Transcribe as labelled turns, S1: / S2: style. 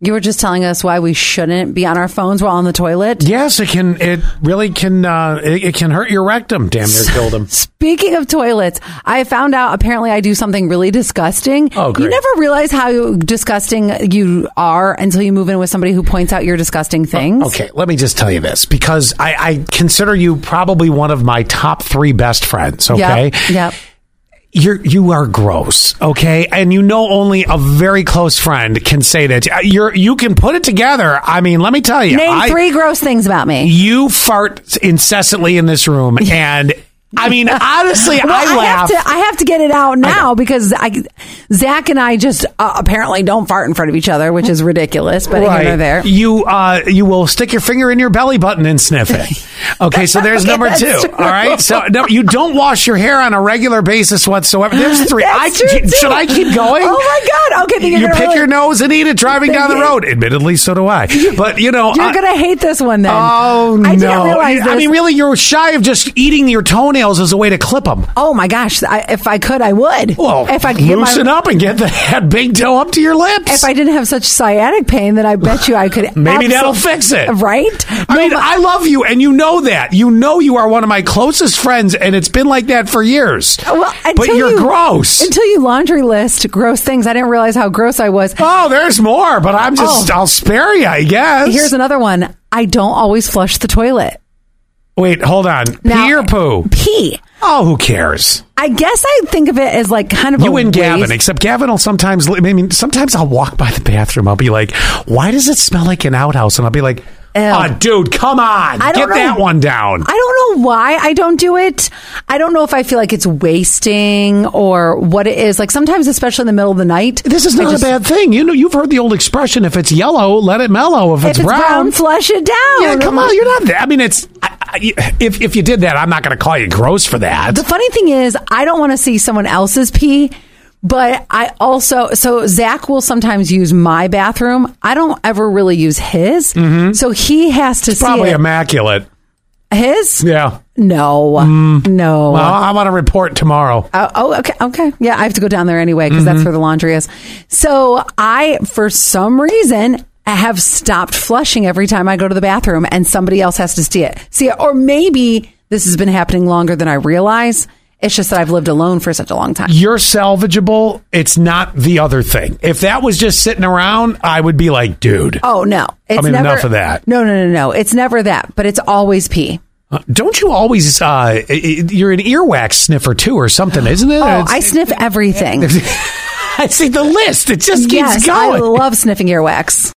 S1: You were just telling us why we shouldn't be on our phones while on the toilet.
S2: Yes, it can. It really can. Uh, it, it can hurt your rectum. Damn near killed him.
S1: Speaking of toilets, I found out apparently I do something really disgusting.
S2: Oh, great.
S1: You never realize how disgusting you are until you move in with somebody who points out your disgusting
S2: Oh,
S1: things.
S2: Okay, let me just tell you this because I, I consider you probably one of my top three best friends. Okay,
S1: Yep. Yep.
S2: you're you are gross. Okay, and you know only a very close friend can say that. Uh, You're you can put it together. I mean, let me tell you,
S1: Name
S2: I-
S1: three gross things about me.
S2: You fart incessantly in this room, and I mean, honestly,
S1: Well,
S2: I laugh.
S1: Have to, I have to get it out now because I, Zach and I just uh, apparently don't fart in front of each other, which is ridiculous. But here nor there.
S2: You uh, you will stick your finger in your belly button and sniff it. Okay, so there's
S1: Okay,
S2: number
S1: that's
S2: two.
S1: true.
S2: All right, so no, you don't wash your hair on a regular basis whatsoever. There's three. I,
S1: That's true, too.
S2: should I keep going?
S1: Oh my God. Okay, then
S2: you
S1: you're gonna
S2: pick
S1: really-
S2: your nose and eat it driving down the
S1: Thank you.
S2: road. Admittedly, so do I. But you know,
S1: You're
S2: I-
S1: gonna hate this one then.
S2: Oh
S1: I
S2: no!
S1: didn't realize this.
S2: I mean, really, you're shy of just eating your toenails as a way to clip them.
S1: oh my gosh! I, if I could, I would.
S2: Well,
S1: if I could get my-
S2: loosen up and get that big toe up to your lips.
S1: If I didn't have such sciatic pain, then I bet you I could.
S2: Maybe
S1: absol-
S2: that'll fix it.
S1: Right?
S2: I
S1: No,
S2: mean,
S1: but-
S2: I love you, and you know that. You know you are one of my closest friends, and it's been like that for years.
S1: well,
S2: but
S1: until
S2: you're
S1: you-
S2: gross.
S1: Until you laundry list gross things, I didn't realize how gross I was.
S2: oh, there's more, but I'm just,
S1: Oh.
S2: I'll spare you, I guess.
S1: Here's another one. I don't always flush the toilet.
S2: Wait, hold on.
S1: Now-
S2: Pee or poo?
S1: Pee.
S2: Oh, who cares?
S1: I guess I think of it as like kind of a
S2: You and Gavin,
S1: waste.
S2: except Gavin will sometimes, I mean, sometimes I'll walk by the bathroom. I'll be like, why does it smell like an outhouse? And I'll be like, oh, dude, come on.
S1: I
S2: Get
S1: don't know.
S2: that one down.
S1: I don't know why I don't do it. I don't know if I feel like it's wasting or what it is. Like sometimes, especially in the middle of the night,
S2: this is
S1: I
S2: not
S1: just-
S2: a bad thing. You know, you've heard the old expression: if it's yellow, let it mellow. If
S1: If it's brown, flush it down.
S2: Yeah, come on, you're not that. I mean, it's I, I, if if you did that, I'm not going to call you gross for that.
S1: The funny thing is, I don't want to see someone else's pee, but I also so Zach will sometimes use my bathroom. I don't ever really use his, so he has to see
S2: Mm-hmm. Probably
S1: it.
S2: immaculate.
S1: his.
S2: Yeah.
S1: No,
S2: Mm.
S1: no.
S2: Well, I want to report tomorrow.
S1: Oh, oh, okay, okay. Yeah, I have to go down there anyway because
S2: Mm-hmm.
S1: that's where the laundry is. So I, for some reason, have stopped flushing every time I go to the bathroom, and somebody else has to see it. See it, or maybe this has been happening longer than I realize. It's just that I've lived alone for such a long time.
S2: You're salvageable. It's not the other thing. If that was just sitting around, I would be like, dude,
S1: Oh no! It's
S2: mean,
S1: never,
S2: enough of that.
S1: No, no, no, no. It's never that, but it's always pee.
S2: uh, don't you always? Uh, i- i- you're an earwax sniffer too, or something, isn't it?
S1: Oh,
S2: It's-
S1: I sniff everything.
S2: I see the list. It just
S1: yes,
S2: keeps going.
S1: I love sniffing earwax.